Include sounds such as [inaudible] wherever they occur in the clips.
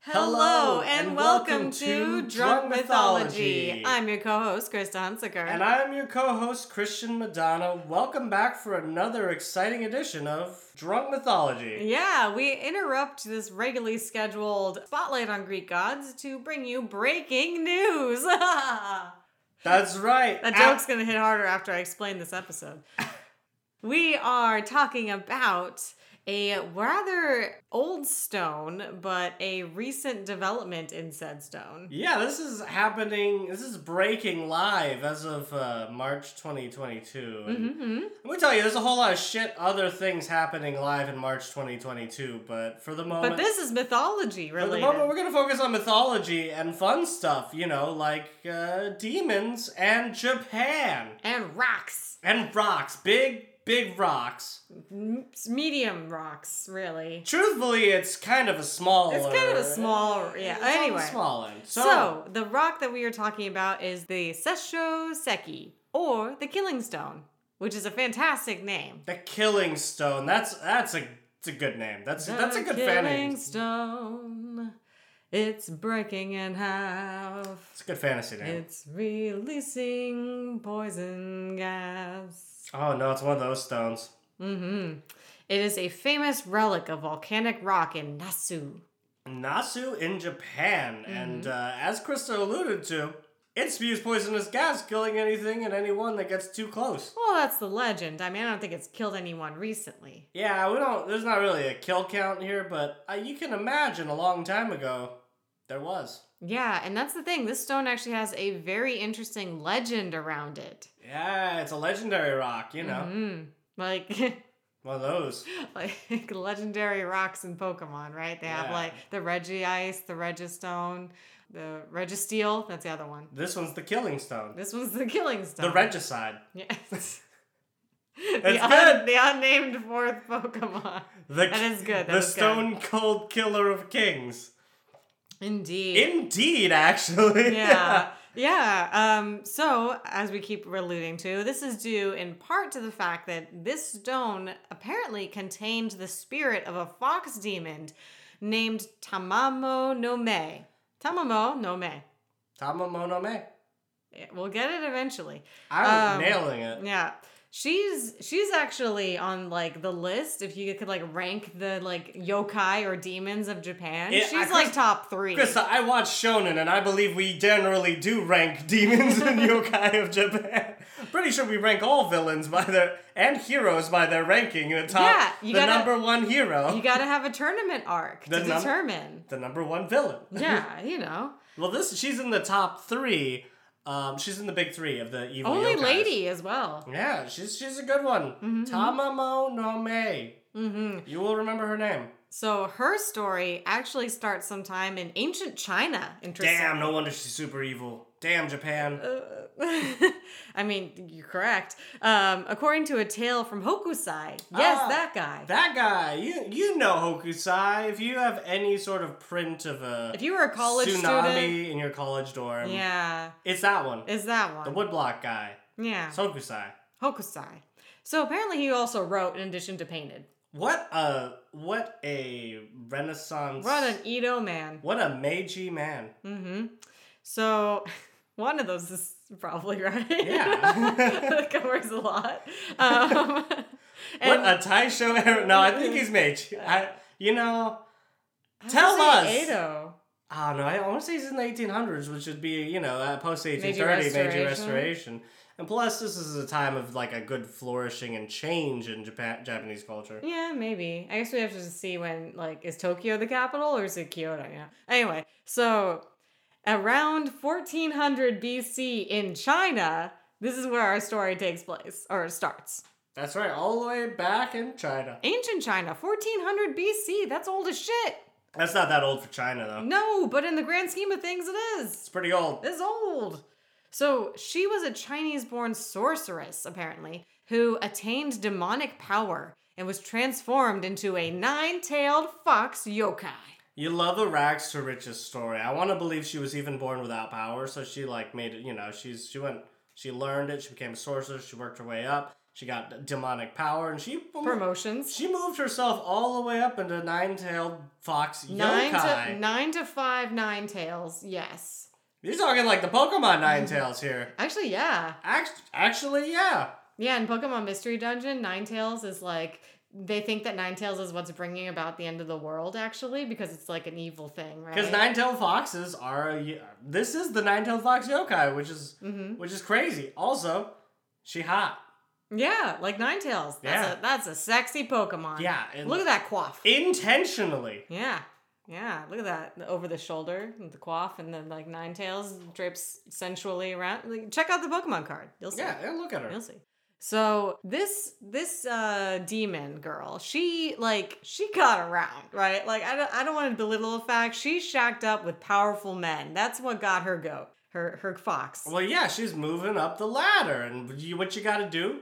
Hello and welcome to Drunk Mythology. I'm your co-host Krista Hunsaker. And I'm your co host, Christian Madonna. Welcome back for another exciting edition of Drunk Mythology. yeah, we interrupt this regularly scheduled spotlight on Greek gods to bring you breaking news. [laughs] that That's right. joke's gonna hit harder after I explain this [laughs] episode. we are talking about a rather old stone, but a recent development in said stone. yeah, this is happening. This is breaking live as of uh, March 2022. And hmm let me tell you, there's a whole lot of shit, other things happening live in March 2022. But for the moment, But this is mythology For the related. moment, we're going to focus on mythology and fun stuff, you know, like uh, demons and Japan and rocks. and rocks. Big, big rocks. M- medium rocks, really. Truthfully, it's kind of a small. It's kind of a small, yeah. Anyway, small end. So, so, the rock that we are talking about is the Sesho Seki, or the Killing Stone, which is a fantastic name. the Killing Stone. That's that's a it's a good name. That's that's a good Killing fan name. Stone, it's breaking in half. It's a good fantasy name. It's releasing poison gas. oh no, it's one of those stones. Mm-hmm. It is a famous relic of volcanic rock in Nasu. Nasu in Japan, Mm-hmm. and uh, as Krista alluded to, it spews poisonous gas, killing anything and anyone that gets too close. Well, that's the legend. I mean, I don't think it's killed anyone recently. Yeah, we don't. There's not really a kill count here, but uh, you can imagine a long time ago, there was. Yeah, and that's the thing. This stone actually has a very interesting legend around it. Yeah, it's a legendary rock. You know, Mhm. Like, [laughs] one of those. like legendary rocks in Pokemon, right? They have Yeah. like the Regice, the Registone, the Registeel. That's the other one. This one's the killing stone. This one's the Killing The Stone. regicide. Yes. [laughs] That's [laughs] the, un- good. the unnamed fourth Pokemon. The, That is good, that the is good. stone cold killer of kings. Indeed. Indeed, [laughs] actually. [laughs] yeah. Yeah. Um, so, as we keep alluding to, this is due in part to the fact that this stone apparently contained the spirit of a fox demon named Tamamo no Me. Tamamo no Me. Tamamono me. We'll get it eventually. I'm Um, nailing it. Yeah. She's she's actually on like the list if you could like rank the like yokai or demons of Japan. Yeah, I- she's like Chris- uh, top 3. Krista, I watch Shonen, and I believe we generally do rank [laughs] demons [laughs] and yokai of Japan. Pretty sure we rank all villains by their and heroes by their ranking in the top. Yeah, you the gotta- number one hero, you got to have a tournament arc The to num- determine. the number one villain. Yeah, you know. Well, this she's in the top three. Um, she's in the big three of the evil Only yokais. lady as well. Yeah, she's she's a good one. Tamamo no Mei. hmm You will remember her name. So her story actually starts sometime in ancient China. Interesting. Damn, no wonder she's super evil. Damn Japan. Uh, [laughs] I mean, you're correct. Um, according to a tale from Hokusai, yes, Ah, that guy. That guy, you you know Hokusai. If you have any sort of print of a if you were a college tsunami Um, student, in your college dorm, yeah, it's that one. is that one? the woodblock guy. yeah, It's Hokusai. Hokusai. So apparently, he also wrote in addition to painted. What a what a renaissance What an Edo man. what a Meiji man. Mm-hmm. So [laughs] one of those is probably right. Yeah. [laughs] that covers a [laughs] lot. Um, What and a Taisho era No, I think he's Meiji. I you know I tell wanna us. say Edo. I don't know. I want to say he's in the 1800s, which would be, you know, uh, post 1830 Meiji Meiji Restoration. Restoration. And plus, this is a time of like a good flourishing and change in Japan- Japanese culture. Yeah, maybe. I guess we have to just see when like is Tokyo the capital or is it Kyoto? Yeah. Anyway, so around 1400 BC in China, this is where our story takes place or starts. That's right, all the way back in China. Ancient China, 1400 BC. That's old as shit. That's not that old for China, though. No, but in the grand scheme of things, it is. It's pretty old. This is old. So she was a Chinese born sorceress, apparently, who attained demonic power and was transformed into a nine tailed fox yokai. You love a rags to riches story. I want to believe she was even born without power, so she like made it. You know, she's she went, she learned it. She became a sorceress. She worked her way up. She got demonic power, and she Promotions. she moved herself all the way up into nine-tailed fox Nine yokai. to nine to five nine tails. Yes. You're talking like the Pokemon Nine Tails here. Actually, yeah. Act- actually, yeah. Yeah, in Pokemon Mystery Dungeon, Ninetales is like they think that Ninetales is what's bringing about the end of the world actually because it's like an evil thing, right? Because nine-tailed foxes are a, y- this is the nine-tailed fox yokai, which is Mhm. which is crazy. Also, she hot. Yeah, like Ninetales. That's Yeah. a that's a sexy Pokemon. Yeah, and- Look at that quaff. Intentionally. yeah. Yeah, look at that. The over the shoulder, the quaff and then like Ninetales drapes sensually around. Like, check out the Pokemon card. You'll see. Yeah, and look at her. You'll see. So this this uh demon girl, she like she got around, right? Like I don't I don't want to belittle the fact she shacked up with powerful men. That's what got her goat, her her fox. Well, yeah, she's moving up the ladder, and you, what you gotta do?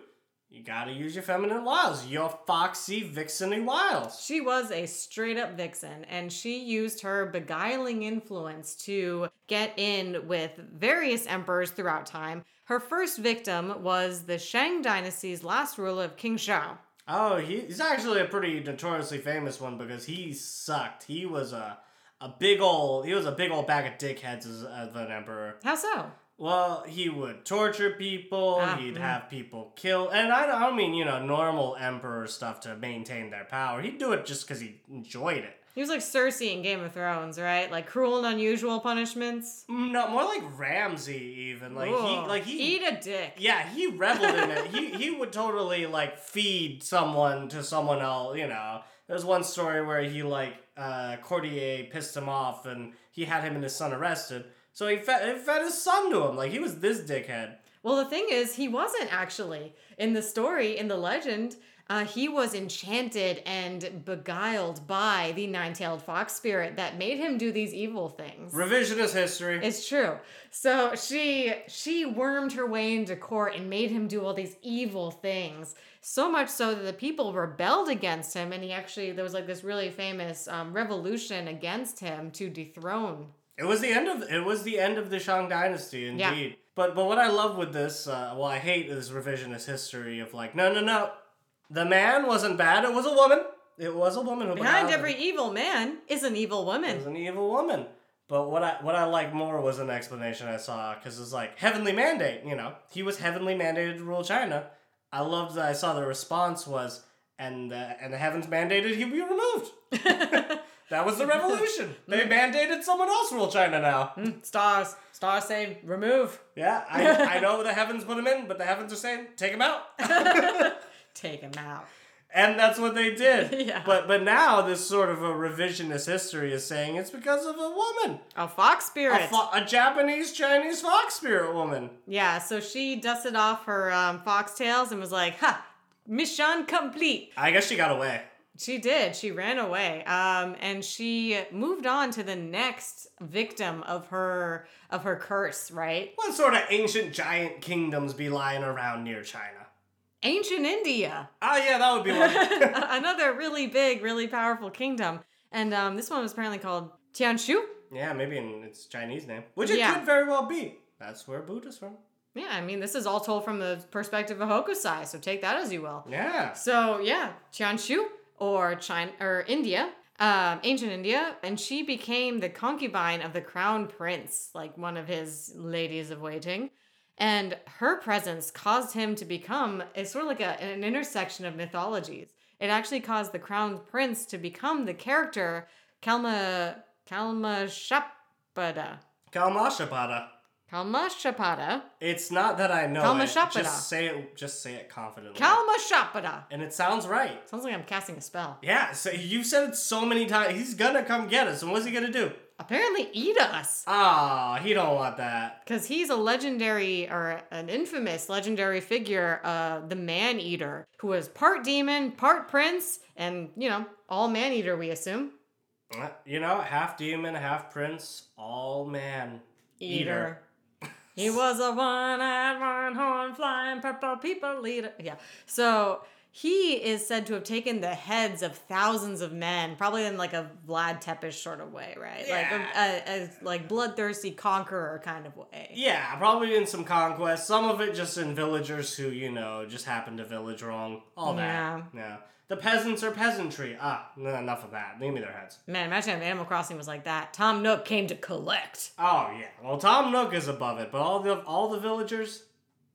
You gotta use your feminine wiles, your foxy vixeny wiles. She was a straight up vixen, and she used her beguiling influence to get in with various emperors throughout time. Her first victim was the Shang dynasty's last ruler of King Xiao. Oh, he, he's actually a pretty notoriously famous one because he sucked. He was a a big old he was a big old bag of dickheads as, as an emperor. How so? Well, he would torture people. Ah, he'd mhm. have people killed, and I don't, I don't mean you know normal emperor stuff to maintain their power. He'd do it just because he enjoyed it. He was like Cersei in Game of Thrones, right? Like cruel and unusual punishments. Mm, No, more like Ramsey even like he Ugh. like he. eat a dick. yeah, he reveled in it. He he would totally like feed someone to someone else. You know, there's one story where he like uh, Cordier pissed him off, and he had him and his son arrested. So he fed, he fed his son to him. Like he was this dickhead. Well, the thing is, he wasn't actually in the story in the legend. Uh, he was enchanted and beguiled by the nine-tailed fox spirit that made him do these evil things. Revisionist history. It's true. So she she wormed her way into court and made him do all these evil things. So much so that the people rebelled against him, and he actually there was like this really famous um, revolution against him to dethrone. It was the end of it was the end of the Shang Dynasty, indeed. Yeah. But but what I love with this, uh, well, I hate this revisionist history of like, no, no, no, the man wasn't bad. It was a woman. It was a woman who Behind beguiled him. every evil man is an evil It was woman. an evil woman. But what I what I like more was an explanation I saw because it's like heavenly mandate. You know, he was heavenly mandated to rule China. I loved that I saw the response was, and uh, and the heavens mandated he be removed. That was the revolution. they mandated someone else rule China now. Mm. Stars, star saying remove, Yeah, I, I know the heavens put him in, but the heavens are saying, take him out. take him out. and that's what they did. Yeah. But but now this sort of a revisionist history is saying it's because of a woman. A fox A, spirit. fo- a Japanese Chinese fox spirit woman. yeah. So she dusted off her um, foxtails and was like, "Ha, mission complete." I guess she got away. She did. She ran away. Um, and she moved on to the next victim of her of her curse, right? What sort of ancient giant kingdoms be lying around near China? Ancient India. [laughs] Ah, yeah, that would be one. Another really big, really powerful kingdom. And um, this one was apparently called Tianshu. yeah, maybe in its Chinese name, which it Yeah. could very well be. That's where Buddha's from. Yeah, I mean, this is all told from the perspective of Hokusai, so take that as you will. Yeah. So yeah, Tianshu or China or India, um, ancient India, and she became the concubine of the crown prince, like one of his ladies of waiting. And her presence caused him to become it's sort of like a, an intersection of mythologies. It actually caused the crown prince to become the character Kalma Kalma Shapada. Kalmashapada. Kalma Shapada. It's not that I know it. Kalmashapada. Just say it. Just say it confidently. Kalma Shapada. and it sounds right. Sounds like I'm casting a spell. Yeah, so you said it so many times. He's gonna come get us, and what's he gonna do? Apparently eat us. Ah, he don't want that. because he's a legendary or an infamous legendary figure, uh, the man eater, who is part demon, part prince, and you know, all man eater, we assume. Uh, You know, half demon, half prince, all man. Eater. he was a one eyed, one horn flying purple people leader. Yeah. So He is said to have taken the heads of thousands of men, probably in like a Vlad Tepish sort of way, right? Like a, a, a like bloodthirsty conqueror kind of way. Yeah, probably in some conquest. Some of it just in villagers who, you know, just happened to village wrong. All that. Yeah. The peasants are peasantry. Ah, n- enough of that. Leave me their heads. Man, imagine if Animal Crossing was like that. Tom Nook came to collect. Oh yeah. Well, Tom Nook is above it, but all the all the villagers,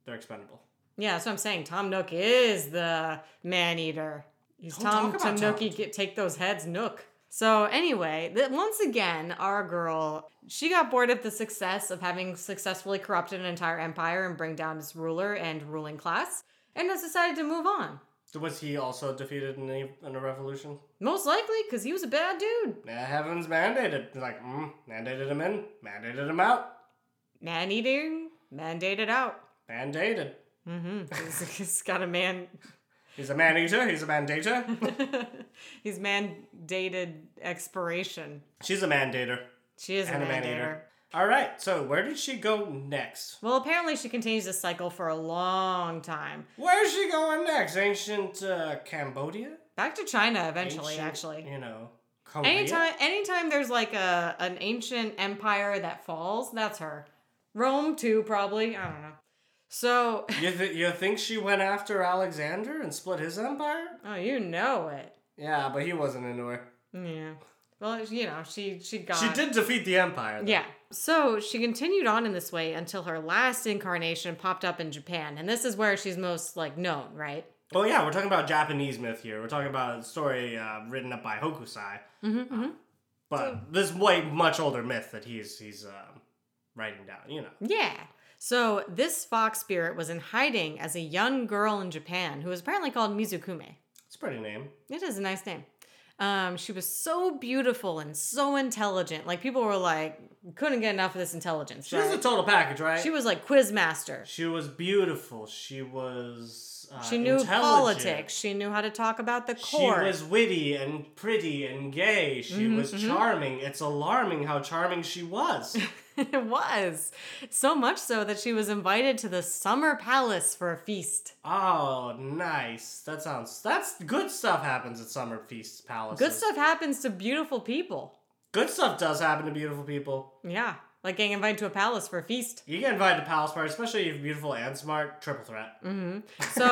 they're expendable. Yeah, that's what I'm saying. Tom Nook is the man eater. He's Don't Tom talk Tom about Nookie. Tom. Get, take those heads, Nook. So anyway, th- once again, our girl she got bored of the success of having successfully corrupted an entire empire and bring down its ruler and ruling class, and has decided to move on. So was he also defeated in a, in a revolution? Most likely because he was a bad dude. Yeah, heavens mandated. Like, mm, mandated him in, mandated him out, Man eating, mandated out. mandated. Mm-hmm. [laughs] He's- he's got a man. [laughs] He's a man eater. He's a mandator. he's mandated expiration. She's a mandator. She is a And a man mandator. eater. All right. So where did she go next? Well, apparently she continues this cycle for a long time. Where's she going next? Ancient uh, Cambodia. Back to China eventually, Ancient, actually. You know, Korea. Anytime anytime there's like a an ancient empire that falls, that's her. Rome too, probably. I don't know. So [laughs] You, th- you think she went after Alexander and split his empire? oh you know it. Yeah, but he wasn't into her. Yeah. Well, you know, she she got She did defeat the empire. though. Uh, Yeah. So she continued on in this way until her last incarnation popped up in Japan. And this is where she's most like known, right? Well, Oh, yeah, we're talking about Japanese myth here. We're talking about a story uh, written up by Hokusai, Mm-hmm, but this way much older myth that he's he's um, writing down. You know, Yeah. So this fox spirit was in hiding as a young girl in Japan who was apparently called Mizukume. it's a pretty name. It is a nice name. Um, she was so beautiful and so intelligent. Like people were like, couldn't get enough of this intelligence. She was a right? total package, right? she was like quiz master. She was beautiful. She was. Uh, She knew intelligent. politics. She knew how to talk about the She court. was witty and pretty and gay. She Mm-hmm, was charming. It's alarming how charming she [laughs] was. [laughs] it was. So much so that she was invited to the summer palace for a feast. oh, nice. That sounds. That's good stuff happens at summer feast palaces. Good stuff happens to beautiful people. Good stuff does happen to beautiful people. Yeah. Like getting invited to a palace for a feast. You get invited to palace parties, especially if you're beautiful and smart. Triple threat. Mm-hmm. So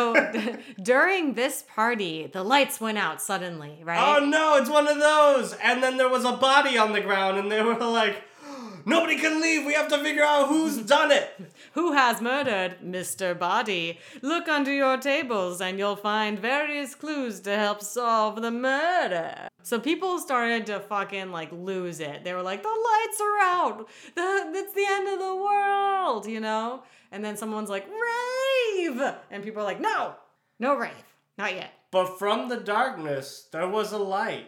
[laughs] during this party, the lights went out suddenly, right? Oh no, it's one of those. And then there was a body on the ground, and they were like, [gasps] "Nobody can leave. We have to figure out [laughs] who's done it." Who has murdered Mr. Body? Look under your tables and you'll find various clues to help solve the murder. So people started to fucking like lose it. They were like, the lights are out. The, it's the end of the world, you know? And then someone's like, rave. And people are like, no, no rave. Not yet. But from the darkness, there was a light.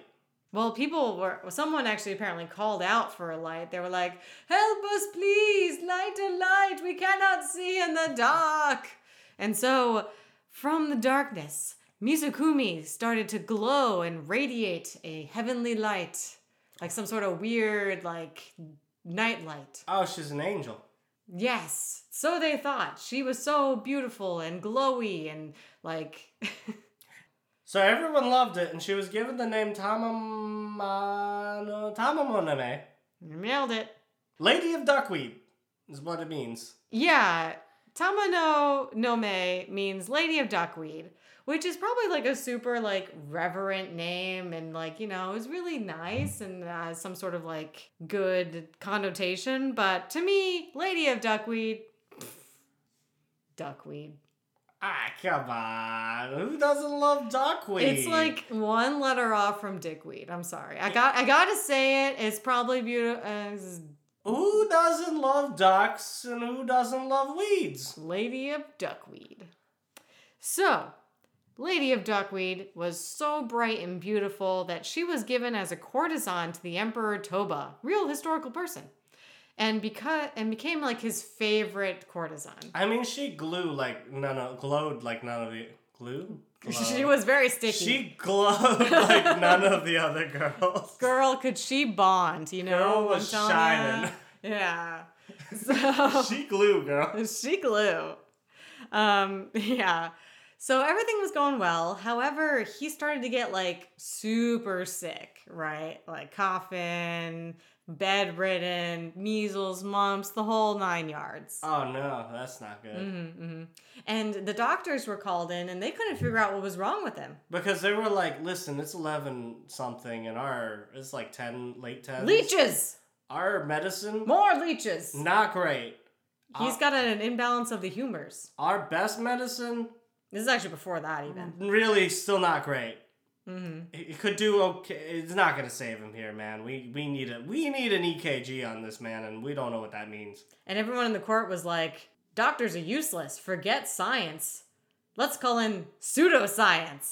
Well, people were. Someone actually apparently called out for a light. They were like, "Help us, please! Light a light! We cannot see in the dark." And so, from the darkness, Mizukumi started to glow and radiate a heavenly light, like some sort of weird, like night light. Oh, she's an angel. Yes, so they thought. She was so beautiful and glowy and like. [laughs] So everyone loved it, and she was given the name Tamamano, Tamamoname. Nailed it. Lady of Duckweed is what it means. Yeah, Tamano Nome means Lady of Duckweed, which is probably like a super like reverent name and like, you know, it's really nice and has some sort of like good connotation, but to me, Lady of Duckweed pff, duckweed. Ah, come on. Who doesn't love duckweed? It's like one letter off from dickweed. I'm sorry. I got I got to say it. It's probably beautiful uh, it's Who doesn't love ducks and who doesn't love weeds? Lady of Duckweed. So, Lady of Duckweed was so bright and beautiful that she was given as a courtesan to the Emperor Toba, real historical person, and because and became like his favorite courtesan. [laughs] I mean, she glue like none of, glowed like none of the, glue? She Glow. was very sticky. She glowed like none of the other girls. [laughs] Girl, could she bond? You know, Girl was I'm telling ya. shining. [laughs] Yeah. So [laughs] She glue, girl. she glue. Um, [laughs] yeah. So everything was going well. However, he started to get like super sick, right? Like coughing, bedridden, measles, mumps, the whole nine yards. Oh no, that's not good. hmm And the doctors were called in and they couldn't figure out what was wrong with him. Because they were like, listen, it's eleven something, and our it's like ten, late ten. Leeches! Our medicine, More leeches! not great. He's got an imbalance of the humors. Our best medicine, This is actually before that, even. really, still not great. hmm It could do okay. It's not gonna save him here, man. We we need a we need an EKG on this man, and we don't know what that means. And everyone in the court was like, doctors are useless. Forget science. Let's call in pseudoscience.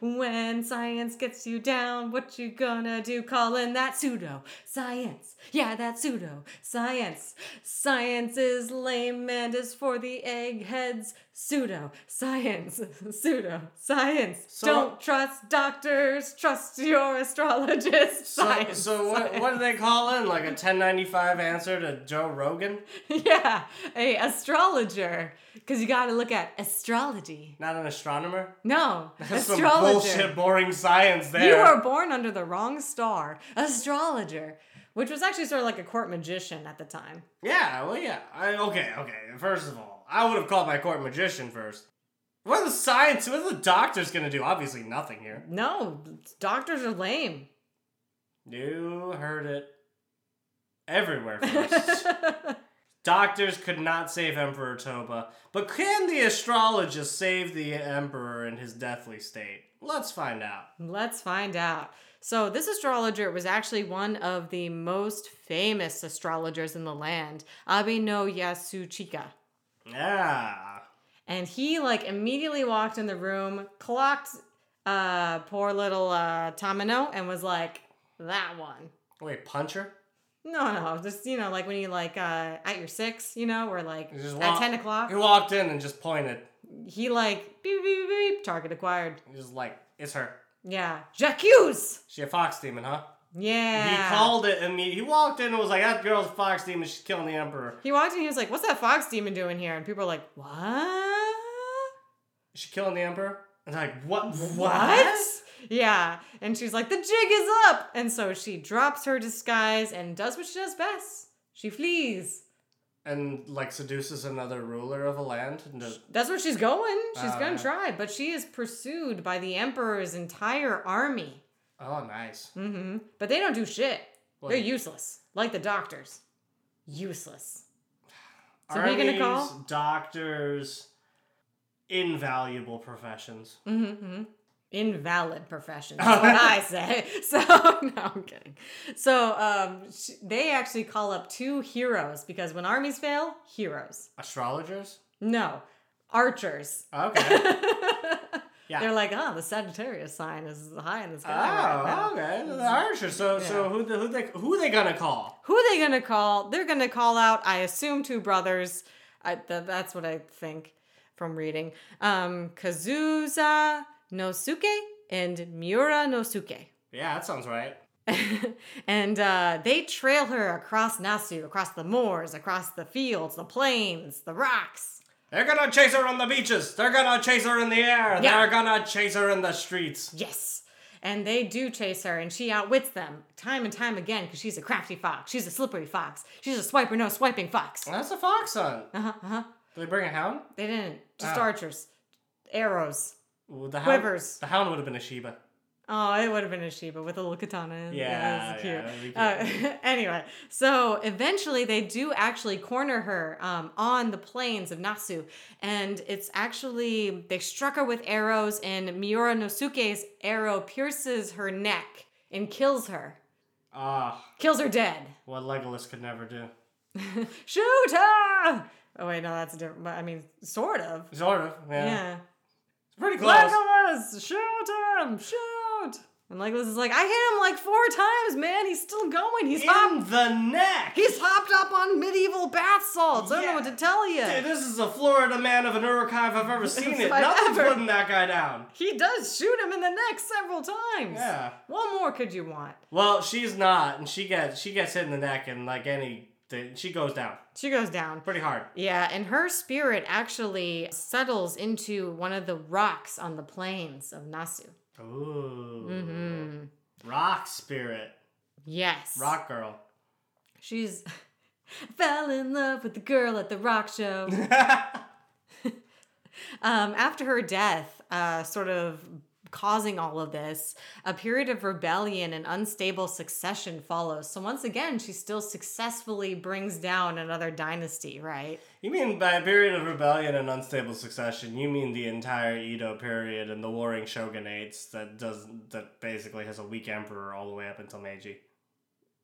When science gets you down, what you gonna do? Call in that pseudo science. Yeah, that pseudo science. Science is lame and is for the eggheads. Pseudo science. [laughs] Pseudo science. So- Don't trust doctors. Trust your astrologist. So Science. so what science. what do they call in like a ten ninety five answer to Joe Rogan? [laughs] yeah, a astrologer, because you got to look at astrology. Not an astronomer. No, That's astrologer. some bullshit, boring science there. You were born under the wrong star, astrologer, which was actually sort of like a court magician at the time. Yeah, well, yeah. I, okay, okay. First of all, I would have called my court magician first. What are the science? What are the doctors gonna do? Obviously, nothing here. No, doctors are lame. [laughs] You heard it [laughs] everywhere first. doctors could not save Emperor Toba, but can the astrologist save the emperor in his deathly state? Let's find out. Let's find out. So, this astrologer was actually one of the most famous astrologers in the land, Abeno Yasuchika. Yeah. and he like immediately walked in the room clocked uh poor little uh tamino and was like that one Wait, puncher? no no just you know like when you like uh at your six you know or like You just at walk- 10 o'clock He walked in and just pointed. he like beep beep beep beep, target acquired He was like, "It's her. yeah jack hughes She a fox demon, huh?" yeah He called it immediately. He walked in and was like, "That girl's a fox demon. She's killing the emperor. he walked in he was like what's that fox demon doing here and people are like what Is she killing the emperor?" And I'm like, "What? yeah and she's like the jig is up and so she drops her disguise and does what she does best she flees And like seduces another ruler of a land. And just, That's where she's going. She's Oh, going yeah. to try, but she is pursued by the emperor's entire army. oh, nice. hmm But they don't do shit. Well, They're useless, like the doctors. Useless. So who you gonna call? armies, doctors, invaluable professions. Mm-hmm. Invalid profession. That's what I say. [laughs] So no, I'm kidding. So um, sh- they actually call up two heroes because when armies fail, heroes. Astrologers. No, archers. [laughs] Okay. Yeah. They're like, oh, the Sagittarius sign is high in the sky. right now." oh, okay. The archer. So, so who the, who they who they gonna call? Who are they gonna call? They're gonna call out, I assume, two brothers. I, th- that's what I think from reading. Um, Kazuza Nosuke and Miura Nosuke. [laughs] Yeah, that sounds right. and uh, they trail her across Nasu, across the moors, across the fields, the plains, the rocks. They're gonna chase her on the beaches. They're gonna chase her in the air. Yeah. They're gonna chase her in the streets. Yes. And they do chase her, and she outwits them time and time again because she's a crafty fox. She's a slippery fox. She's a swiper, no swiping fox. That's a fox hunt. Uh huh. Uh-huh. Did they bring a hound? They didn't. Just Ah. archers, arrows. Ooh, The hound, Quivers. The hound would have been a Sheba. Oh, it would have been a Sheba with a little katana. in- Yeah, that's yeah, that'd be Uh, [laughs] anyway, so eventually they do actually corner her um, on the plains of Nasu, and it's actually they struck her with arrows, and Miura Nosuke's arrow pierces her neck and kills her, Ah, kills her dead. what Legolas could never do. Shoot her! Oh wait, no, that's a different. But I mean, sort of. Sort of. Yeah. Yeah. It's pretty close. Legolas, shoot him! Shoot! And Legolas is like, I hit him like four times, man. He's still going. He's hopped. In the neck. He's hopped up on medieval bath salts. I don't know what to tell you. Dude, this is a Florida man of an Uruk if I've ever seen it. I've Nothing's ever- putting that guy down. He does shoot him in the neck several times. Yeah. What more could you want? Well, she's not, and she gets she gets hit in the neck, and like any the, she goes down She goes down. pretty hard. Yeah, and her spirit actually settles into one of the rocks on the plains of Nasu. Ooh, hmm rock spirit, Yes. rock girl. [laughs] She's [laughs] fell in love with the girl at the rock [laughs] show. Um, after her death, uh, sort of causing all of this, a period of rebellion and unstable succession follows. So once again, she still successfully brings down another dynasty, right? you mean by a period of rebellion and unstable succession? You mean the entire Edo period and the warring shogunates that does that basically has a weak emperor all the way up until Meiji.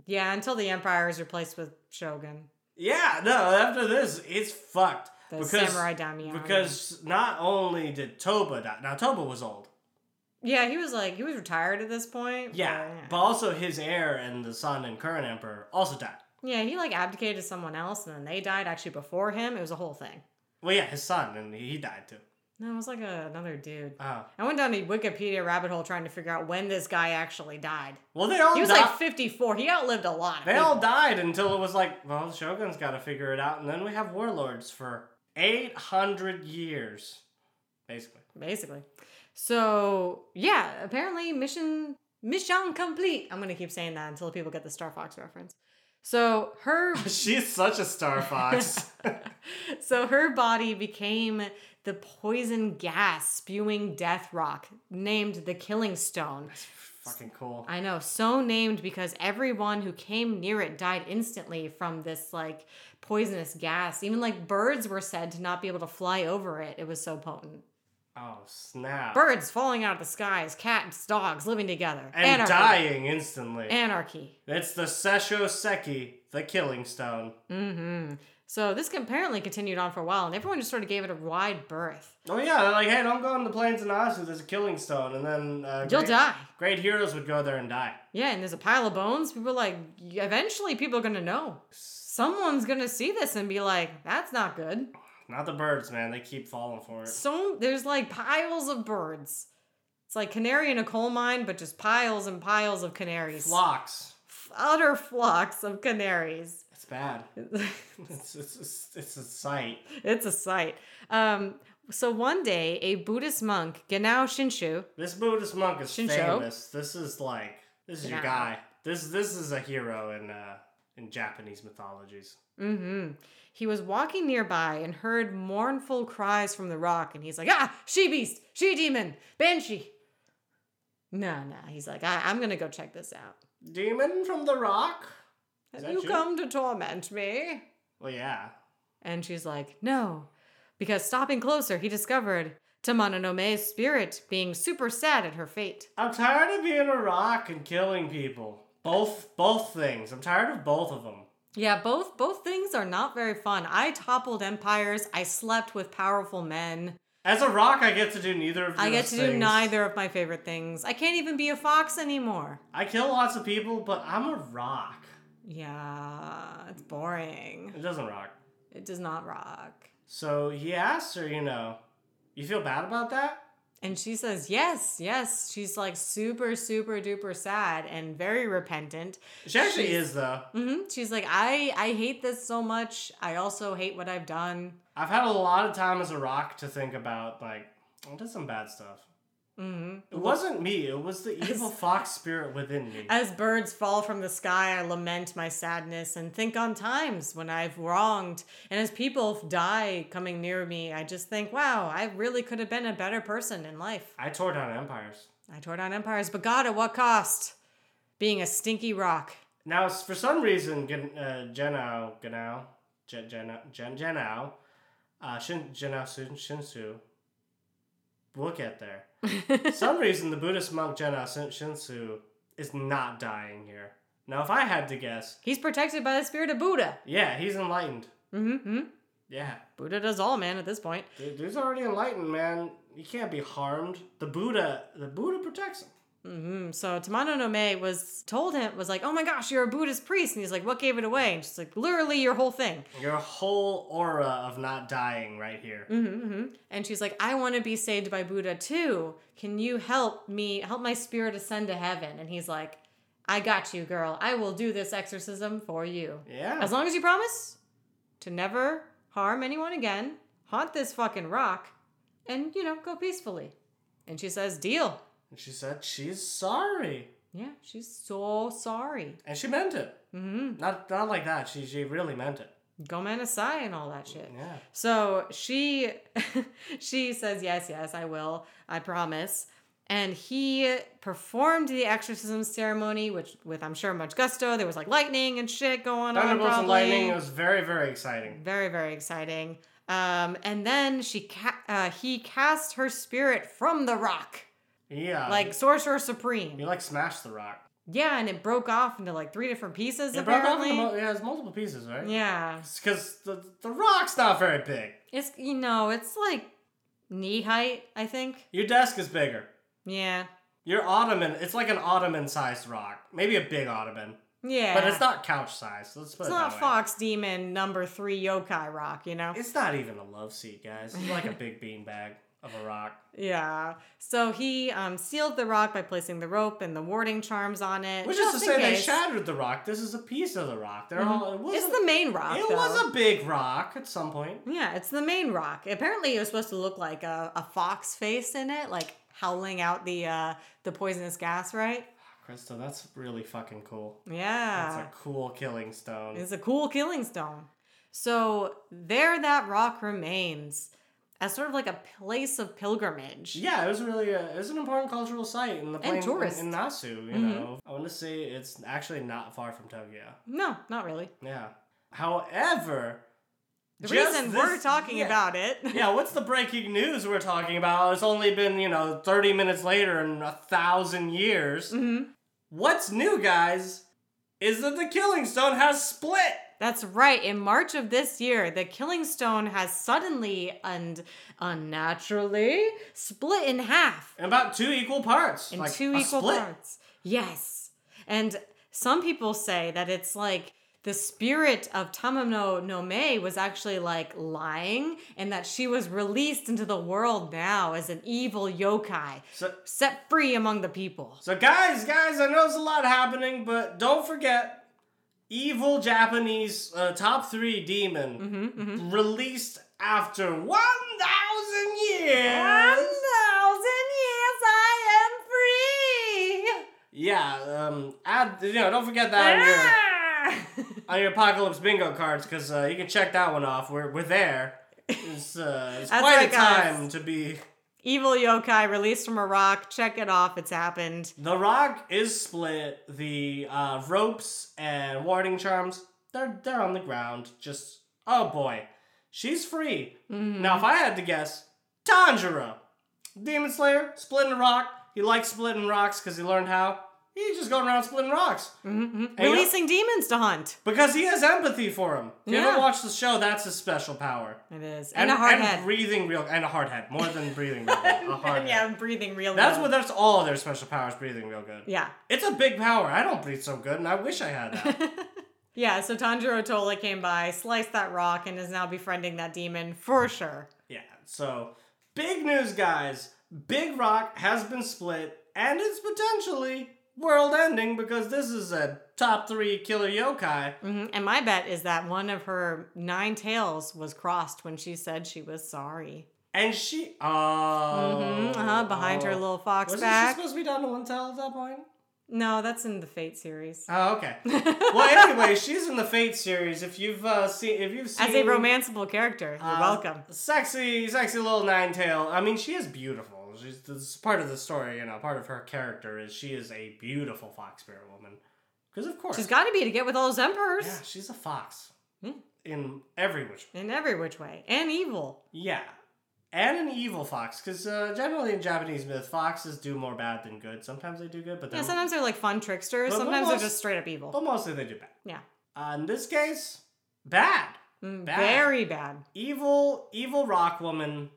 Yeah, until the empire is replaced with shogun, Yeah, no. After this, it's fucked the because samurai daimyo. because not only did Toba die, now Toba was old. yeah, he was like he was retired at this point. Yeah, but but, also his heir and the son and current emperor also died. yeah, he like abdicated to someone else, and then they died actually before him. It was a whole thing. Well, yeah, his son and he died too. No, it was like a, another dude. Oh, I went down a Wikipedia rabbit hole trying to figure out when this guy actually died. well, they all He was di- like 54. He outlived a lot. of they people. all died until it was like, well, the Shogun's got to figure it out, and then we have warlords for eight hundred years, basically. [laughs] basically. So yeah, apparently mission mission complete. I'm gonna keep saying that until people get the Star Fox reference. So her [laughs] She's such a star fox. so her body became the poison gas spewing death rock named the Killing Stone. That's fucking cool. I know, so named because everyone who came near it died instantly from this like poisonous gas. Even like birds were said to not be able to fly over it. It was so potent. Oh snap! Birds falling out of the skies, cats, dogs living together. and Anarchy. dying instantly. Anarchy. it's the Sesho Seki, the Killing Stone. hmm So this can apparently continued on for a while, and everyone just sort of gave it a wide berth. Oh yeah, they're like, hey, don't go on the plains of Nasu. There's a Killing Stone, and then uh, You'll great- die. Great heroes would go there and die. Yeah, and there's a pile of bones. People are like, eventually people are going to know. Someone's going to see this and be like, that's not good. Not the birds, man. They keep falling for it. So there's like piles of birds. It's like canary in a coal mine, but just piles and piles of canaries. Flocks. F- Utter flocks of canaries. [laughs] It's bad. [laughs] It's, it's, it's, it's a sight. it's a sight. Um, so one day, a Buddhist monk, Genao Shinshu, This Buddhist monk is Shincho? famous. This is like this is your Yeah. guy. This this is a hero in uh in Japanese mythologies. Mm-hmm. He was walking nearby and heard mournful cries from the rock, and he's like, "Ah, she beast, she demon, banshee." No, no. He's like, I- "I'm gonna go check this out." Demon from the rock. Have Is that you you? come to torment me? Well, yeah. And she's like, "No," because stopping closer, he discovered Tamanonome's spirit being super sad at her fate. I'm tired of being a rock and killing people. Both both things. I'm tired of both of them. Yeah, both both things are not very fun. I toppled empires. I slept with powerful men. As a rock, I get to do neither of those I get to do things. neither of my favorite things. I can't even be a fox anymore. I kill lots of people, but I'm a rock. Yeah, it's boring. It doesn't rock. It does not rock. So he asked her, you know, you feel bad about that? And she says, yes, yes. She's like super, super duper sad and very repentant. She actually She's- is though. hmm She's like, I, I hate this so much. I also hate what I've done. I've had a lot of time as a rock to think about like I did some bad stuff. hmm It wasn't me, it was the evil fox spirit within me. As birds fall from the sky, I lament my sadness and think on times when I've wronged. And as people die coming near me, I just think, wow, I really could have been a better person in life. I tore down empires. I tore down empires, but God, at what cost? Being a stinky rock. Now s- for some reason Gen- uh, Genao Genao Gen Genao Gen Genao uh Shin Genao Sun Shinsu We'll get there. For some reason the Buddhist monk Genao Sun Shinsu is not dying here. Now if I had to guess, He's protected by the spirit of Buddha. yeah, he's enlightened. Mm-hmm. Yeah. Buddha does all, man, at this point. Dude, dude's already enlightened, man. He can't be harmed. The Buddha, the Buddha protects him. hmm So Tamano no Mae was told him, was like, oh my gosh, you're a Buddhist priest. And he's like, what gave it away? And she's like, literally your whole thing. Your whole aura of not dying right here. Mm-hmm. And she's like, I want to be saved by Buddha too. Can you help me, help my spirit ascend to heaven? And he's like, I got you, girl. I will do this exorcism for you. Yeah. As long as you promise to never harm anyone again, haunt this fucking rock, and, you know, go peacefully. And she says, deal. And she said she's sorry. Yeah, she's so sorry. And she meant it. Mm-hmm. Not not like that. She she really meant it. Gomen Asai and all that shit. Yeah. So she [laughs] she says, Yes, yes, I will. I promise. And he performed the exorcism ceremony, which with I'm sure much gusto. There was like lightning and shit going on. Thunderbolts and Um, probably. lightning was very very exciting. Very, very exciting. Um, and then she ca- uh, he cast her spirit from the rock, Yeah. like Sorcerer Supreme. you like smashed the rock. Yeah, and it broke off into like three different pieces. It broke off. apparently, Into, mul- yeah, it's multiple pieces, right? yeah. Because the the rock's not very big. It's you know, it's like knee height, I think. Your desk is bigger. Yeah, Your ottoman, it's like an ottoman-sized rock, maybe a big ottoman, yeah. but it's not couch size. Let's put It's it not that way. Fox Demon number three yokai rock, you know. It's not even a love seat, guys. It's like a big beanbag of [laughs] a rock. yeah. So he um, sealed the rock by placing the rope and the warding charms on it, Which is to just say, in they case. Mm-hmm. shattered the rock. This is a piece of the rock. They're all. It was It's a, the main rock. It though. was a big rock at some point. Yeah, it's the main rock. Apparently, it was supposed to look like a, a fox face in it, like howling out the uh, the poisonous gas, right? Krista, that's really fucking cool. That's Yeah, a cool killing stone. it's a cool killing stone. So there, that rock remains as sort of like a place of pilgrimage. yeah, it was really a, it was an important cultural site in the plain in- tourist. in, Nasu. You Mm-hmm. know, I want to say it's actually not far from Tokyo. No, not really. Yeah. However, The just reason this- we're talking yeah. about it. [laughs] yeah, what's the breaking news we're talking about? It's only been, you know, 30 minutes later and a thousand years. Mhm. What's new, guys, is that the Killing Stone has split. That's right. In March of this year, the Killing Stone has suddenly and unnaturally split in half. In about two equal parts. in like two a equal split. parts. Yes. And some people say that it's like the spirit of Tamamo no Mei was actually like lying and that she was released into the world now as an evil yokai, So, set free among the people. so, guys, guys, I know there's a lot happening, but don't forget evil Japanese uh, top three demon Mm-hmm, Mm. released after 1,000 years. thousand years I am free! Yeah, um, add, you know, don't forget that Ah! on your, on your apocalypse bingo cards because uh, you can check that one off. We're we're there. [laughs] It's, uh, it's That's quite right, a guys. time to be. [laughs] Evil yokai released from a rock. Check it off. It's happened. The rock is split. The uh, ropes and warding charms they're they're on the ground. Just oh boy, she's free now. If I had to guess, Tanjiro, Demon Slayer, splitting a rock. He likes splitting rocks because he learned how. He's just going around splitting rocks. And you know- Mm-hmm. Releasing demons to hunt. because he has empathy for him. If you Yeah. ever watch the show, that's his special power. It is. And, a hard head. breathing real and a hard head more than breathing real good. [laughs] A [laughs] hard and yeah, head. I'm breathing real. That's good. what that's all their special powers breathing real good. Yeah, [laughs] It's a big power. I don't breathe so good and I wish I had that. yeah. So Tanjiro Tola came by, sliced that rock, and is now befriending that demon for sure. yeah. So big news guys. Big Rock has been split and it's potentially world ending because this is a top three killer yokai. hmm And my bet is that one of her nine tails was crossed when she said she was sorry. And she Oh Mhm, uh-huh, behind her oh. little fox Wasn't she back. supposed to be down to one tail at [laughs] that point? No, that's in the Fate series. Oh, okay. [laughs] well, anyway, she's in the Fate series. If you've uh, seen, if you've seen, As a romanceable character, you're uh, welcome. Sexy, sexy little Nine Tail. I mean, she is beautiful. She's this is part of the story, you know. Part of her character is she is a beautiful fox spirit woman. Because of course, She's got to be to get with all those emperors yeah, she's a fox Hmm. in every which in every which way and evil. yeah, and an evil fox. Because uh, generally in Japanese myth, foxes do more bad than good. Sometimes they do good, but Yeah, they're sometimes they're like fun tricksters. But Sometimes they're almost- just straight up evil. but mostly they do bad. Yeah. Uh, in this case, bad. Mm, bad. Very bad. evil evil rock woman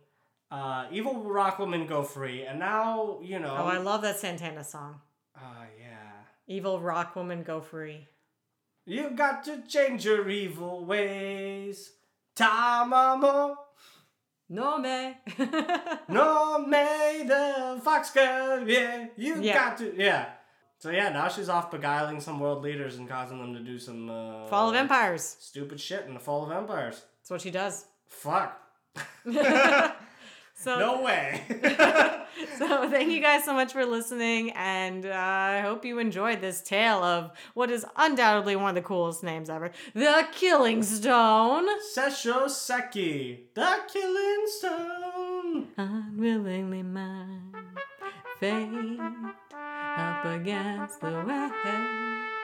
uh evil rock woman go free and now you know Oh, I love that Santana song. Ah, yeah Evil rock woman go free. you got to change your evil ways tamamo No me. [laughs] no may the fox girl yeah you Yeah. got to yeah So yeah, now she's off beguiling some world leaders and causing them to do some uh, Fall of Empires. stupid shit in the Fall of Empires. That's what she does. [laughs] Fuck. So no way. [laughs] so [laughs] thank you guys so much for listening and uh, i hope you enjoyed this tale of what is undoubtedly one of the coolest names ever the killing stone Sesho Seki, the Killing Stone. unwillingly mine fate up against the way